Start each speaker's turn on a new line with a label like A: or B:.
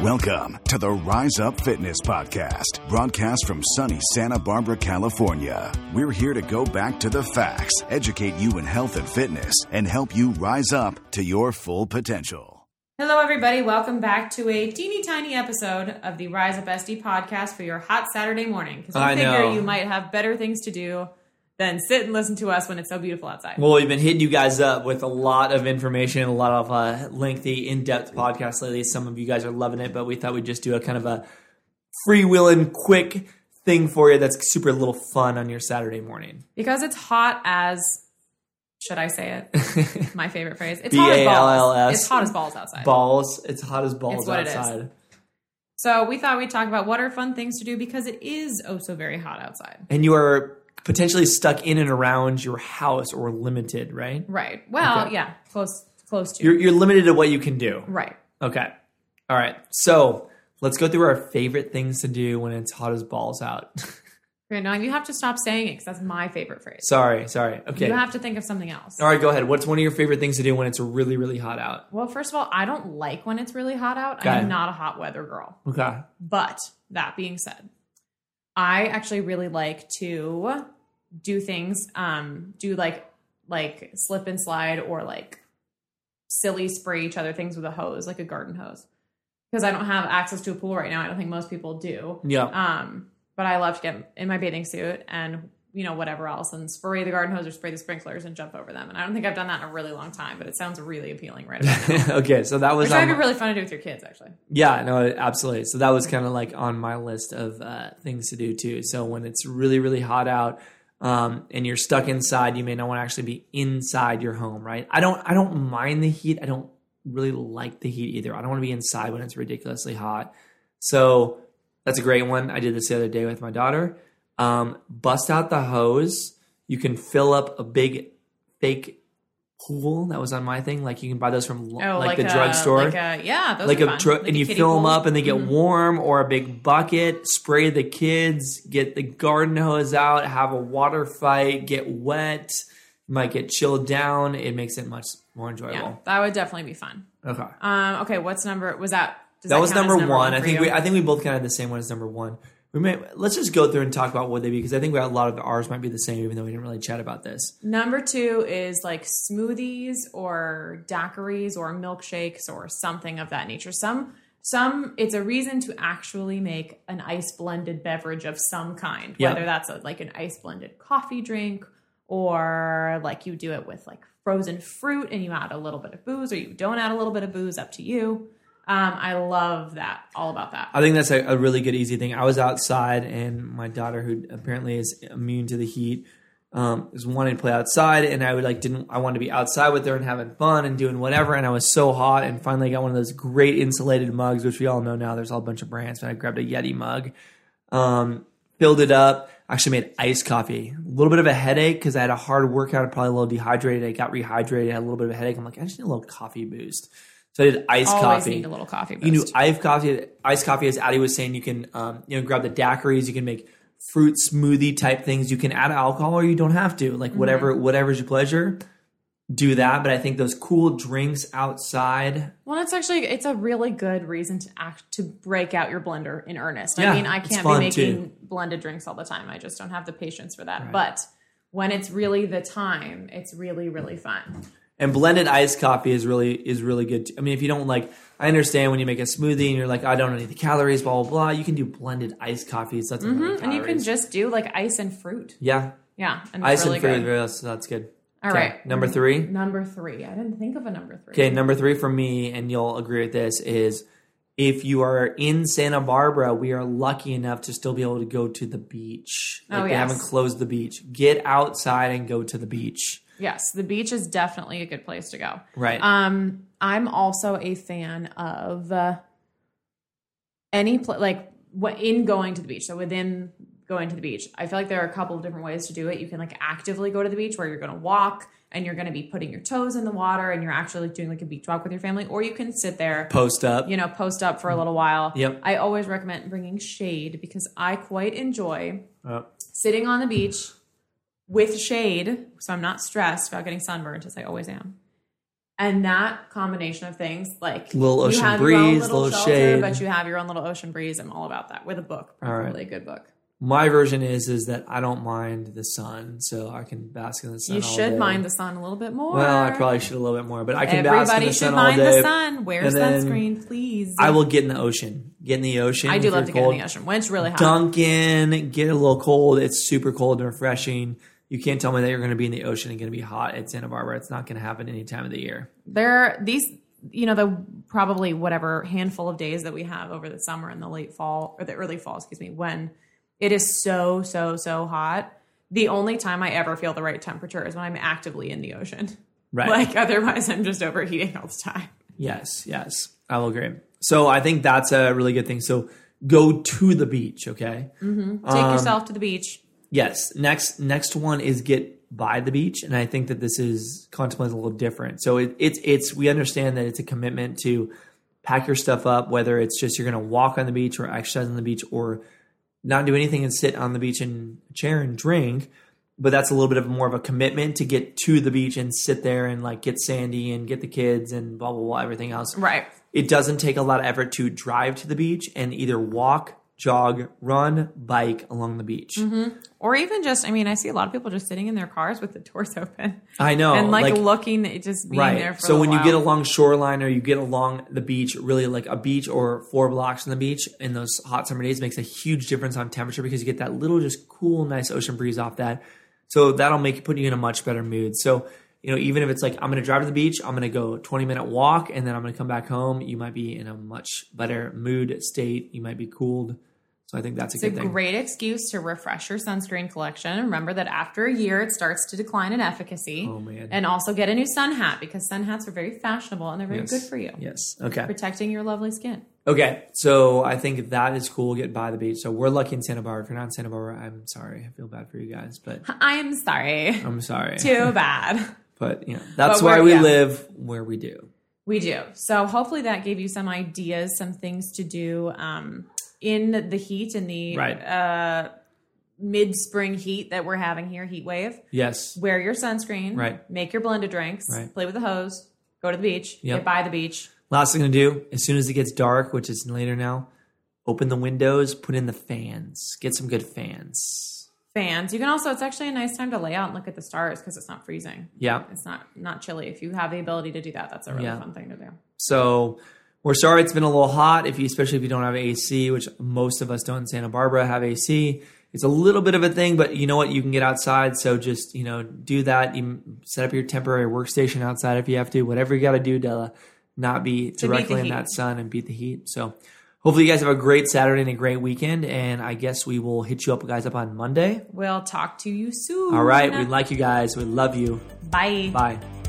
A: Welcome to the Rise Up Fitness Podcast, broadcast from sunny Santa Barbara, California. We're here to go back to the facts, educate you in health and fitness, and help you rise up to your full potential.
B: Hello, everybody. Welcome back to a teeny tiny episode of the Rise Up SD podcast for your hot Saturday morning. Because we
C: I
B: figure
C: know.
B: you might have better things to do than sit and listen to us when it's so beautiful outside.
C: Well, we've been hitting you guys up with a lot of information, a lot of uh, lengthy, in depth podcasts lately. Some of you guys are loving it, but we thought we'd just do a kind of a freewheeling, quick thing for you that's super little fun on your Saturday morning.
B: because it's hot as should I say it? My favorite phrase. It's hot as balls.
C: B-A-L-L-S.
B: It's hot as balls outside.
C: Balls, it's hot as balls
B: It's what it is.
C: outside.
B: so we thought we'd talk about what are fun things to do because it is oh so very hot outside.
C: And you are potentially stuck in and around your house or limited, right?
B: Right. Well,
C: Okay.
B: yeah, close close to
C: You're, you're limited to what you can do.
B: right.
C: Okay. All right. So let's go through our favorite things to do when it's hot as balls out.
B: Okay, now you have to stop saying it because that's my favorite phrase.
C: sorry, sorry. Okay.
B: You have to think of something else.
C: All right, go ahead. What's one of your favorite things to do when it's really, really hot out?
B: Well, first of all, I don't like when it's really hot out.
C: Okay.
B: I'm not a hot weather girl.
C: Okay.
B: But that being said, I actually really like to do things, um, do like like slip and slide or like silly spray each other things with a hose, like a garden hose. Because I don't have access to a pool right now. I don't think most people do.
C: Yeah.
B: Um, but I love to get in my bathing suit and you know whatever else and spray the garden hose or spray the sprinklers and jump over them. And I don't think I've done that in a really long time, but it sounds really appealing right about now.
C: okay. So that
B: Which
C: was um,
B: might
C: on,
B: be really fun to do with your kids, actually.
C: yeah. No, absolutely. So that was kind of like on my list of uh, things to do too. So when it's really, really hot out, um, and you're stuck inside, you may not want to actually be inside your home, right? I don't. I don't mind the heat. I don't really like the heat either. I don't want to be inside when it's ridiculously hot. So that's a great one. I did this the other day with my daughter. Um, bust out the hose. You can fill up a big fake pool that was on my thing. Like you can buy those from lo-
B: Oh,
C: like, the
B: a-
C: drugstore.
B: Like a, yeah, those
C: Like
B: are
C: a
B: fun.
C: dru-
B: Like
C: and
B: a
C: you
B: kiddie
C: fill them
B: pool. Mm-hmm.
C: up, and they get warm, or a big bucket. Spray the kids, get the garden hose out, have a water fight, get wet. You might get chilled down. It makes it much more
B: Yeah,
C: enjoyable.
B: that would definitely be fun.
C: Okay, that,
B: Um, okay, what's number was that? Does
C: was
B: count as
C: number, one. I
B: for
C: think
B: you?
C: we, I think we both kind of had the same one as number one. We may let's just go through and talk about what they be because I think we had a lot of ours might be the same, even though we didn't really chat about this.
B: number two is like smoothies or daiquiris or milkshakes or something of that nature. Some some it's a reason to actually make an ice blended beverage of some kind,
C: Yeah.
B: whether that's a, like an ice blended coffee drink or like you do it with like frozen fruit and you add a little bit of booze or you don't add a little bit of booze, up to you. Um, I love that, all about that.
C: I think that's a, a really good easy thing. I was outside, and my daughter, who apparently is immune to the heat, um, was wanting to play outside, and I would like didn't I wanted to be outside with her and having fun and doing whatever, and I was so hot, and finally got one of those great insulated mugs, which we all know now. There's all a bunch of brands, but I grabbed a Yeti mug, um, filled it up. Actually made iced coffee. A little bit of a headache because I had a hard workout, probably a little dehydrated. I got rehydrated, had a little bit of a headache. I'm like, I just need a little coffee boost. So I did iced
B: Always
C: coffee.
B: need a little coffee boost.
C: You can do iced coffee. Iced coffee, as Addie was saying, you can um, you know grab the daiquiris. You can make fruit smoothie type things. You can add alcohol, or you don't have to.
B: Mm-hmm.
C: Like whatever, whatever's your pleasure. Do that, but I think those cool drinks outside.
B: Well, it's actually it's a really good reason to act to break out your blender in earnest. I
C: Yeah,
B: mean, I
C: it's
B: can't be
C: fun,
B: making
C: too.
B: blended drinks all the time. I just don't have the patience for that. But when it's really the time, it's really really fun.
C: And blended iced coffee is really is really good. too. I mean, if you don't like, I understand when you make a smoothie and you're like, I don't need the calories, blah blah blah. You can do blended iced coffees. That's
B: Mm-hmm, And you can just do like ice and fruit.
C: yeah,
B: Yeah, and it's
C: ice
B: really
C: and fruit.
B: good.
C: That's, that's good.
B: All
C: Okay,
B: right. Mm-hmm.
C: number three.
B: Number three, I didn't think of a number three.
C: Okay, number three for me, and you'll agree with this, is if you are in Santa Barbara, we are lucky enough to still be able to go to the beach. Like
B: Oh,
C: they
B: yes.
C: haven't closed the beach. Get outside and go to the beach.
B: Yes, the beach is definitely a good place to go.
C: Right.
B: Um, I'm also a fan of uh, any pl- like what in going to the beach. So within going to the beach, I feel like there are a couple of different ways to do it. You can like actively go to the beach where you're going to walk and you're going to be putting your toes in the water and you're actually like doing like a beach walk with your family, or you can sit there
C: Post up.
B: you know, post up for a little while.
C: Yep.
B: I always recommend bringing shade because I quite enjoy
C: Oh.
B: sitting on the beach with shade, so I'm not stressed about getting sunburned as I always am. And that combination of things, like
C: Little
B: you
C: ocean
B: have your own
C: breeze, little shade.
B: but you have your own little ocean breeze. I'm all about that with a book,
C: All right.
B: probably a good book.
C: My version is is that I don't mind the sun, so I can bask in the sun.
B: You
C: all
B: should
C: day.
B: mind the sun a little bit more.
C: Well, I probably should a little bit more, but I can bask in
B: Everybody
C: the
B: should
C: sun all
B: mind
C: day.
B: the sun. Wear
C: And then
B: sunscreen, please.
C: I will get in the ocean. Get in the ocean.
B: I do
C: if
B: love to
C: you're
B: get in
C: cold.
B: the ocean when it's really hot.
C: Dunk in, get a little cold. It's super cold and refreshing. You can't tell me that you're going to be in the ocean and going to be hot at Santa Barbara. It's not going to happen any time of the year.
B: There, these, you know, the probably whatever handful of days that we have over the summer and the late fall or the early fall, excuse me, when it is so, so, so hot. The only time I ever feel the right temperature is when I'm actively in the ocean.
C: Right.
B: Like otherwise, I'm just overheating all the time.
C: Yes, yes, I will agree. So I think that's a really good thing. So go to the beach, okay?
B: Take yourself to the beach.
C: Yes. Next, next one is get by the beach, and I think that this is contemplates a little different. So it, it's it's we understand that it's a commitment to pack your stuff up, whether it's just you're going to walk on the beach or exercise on the beach or not do anything and sit on the beach in a chair and drink. But that's a little bit of more of a commitment to get to the beach and sit there and like get sandy and get the kids and blah blah blah everything else
B: Right.
C: it doesn't take a lot of effort to drive to the beach and either walk, jog, run, bike along the beach.
B: Or even just, I mean, I see a lot of people just sitting in their cars with the doors open
C: I know,
B: and like,
C: Oh, like-
B: looking, it just being
C: Right.
B: there for
C: so
B: a
C: when you
B: while.
C: get along shoreline or you get along the beach, really like a beach or four blocks from the beach in those hot summer days makes a huge difference on temperature because you get that little just cool, nice ocean breeze off that. So that'll make put you in a much better mood. So you know, even if it's like I'm going to drive to the beach, I'm going to go 20 minute walk, and then I'm going to come back home. You might be in a much better mood state. You might be cooled. So I think that's a
B: It's
C: good
B: a
C: thing.
B: great excuse to refresh your sunscreen collection. Remember that after a year, it starts to decline in efficacy.
C: Oh, man.
B: And also get a new sun hat because sun hats are very fashionable and they're very
C: Yes.
B: good for you.
C: Yes. Okay.
B: Protecting your lovely skin.
C: Okay, so I think that is cool. Get by the beach. So we're lucky in Santa Barbara. If you're not in Santa Barbara, I'm sorry. I feel bad for you guys, but
B: I'm sorry.
C: I'm sorry.
B: Too bad.
C: But you know, that's
B: But we're-
C: why we
B: yeah.
C: live where we do.
B: We do. So hopefully that gave you some ideas, some things to do um, in the heat and the
C: Right.
B: uh, mid spring heat that we're having here, heat wave.
C: Yes.
B: Wear your sunscreen.
C: Right.
B: Make your blended drinks.
C: Right.
B: Play with the hose. Go to the beach.
C: Yep.
B: Get by the beach.
C: Last thing to do as soon as it gets dark, which is later now, open the windows, put in the fans, get some good fans.
B: fans. You can also it's actually a nice time to lay out and look at the stars because it's not freezing.
C: Yeah.
B: It's not not chilly. If you have the ability to do that, that's a really
C: Yeah.
B: fun thing to do.
C: So we're sorry it's been a little hot. If you, especially if you don't have AC, which most of us don't in Santa Barbara have AC, it's a little bit of a thing. But you know what? You can get outside. So just you know do that. You set up your temporary workstation outside if you have to. Whatever you got to do to not be
B: the
C: directly in
B: heat.
C: that sun and beat the heat. So hopefully you guys have a great Saturday and a great weekend. And I guess we will hit you up guys up on Monday.
B: We'll talk to you soon.
C: All right. We like you guys. We love you.
B: Bye.
C: Bye.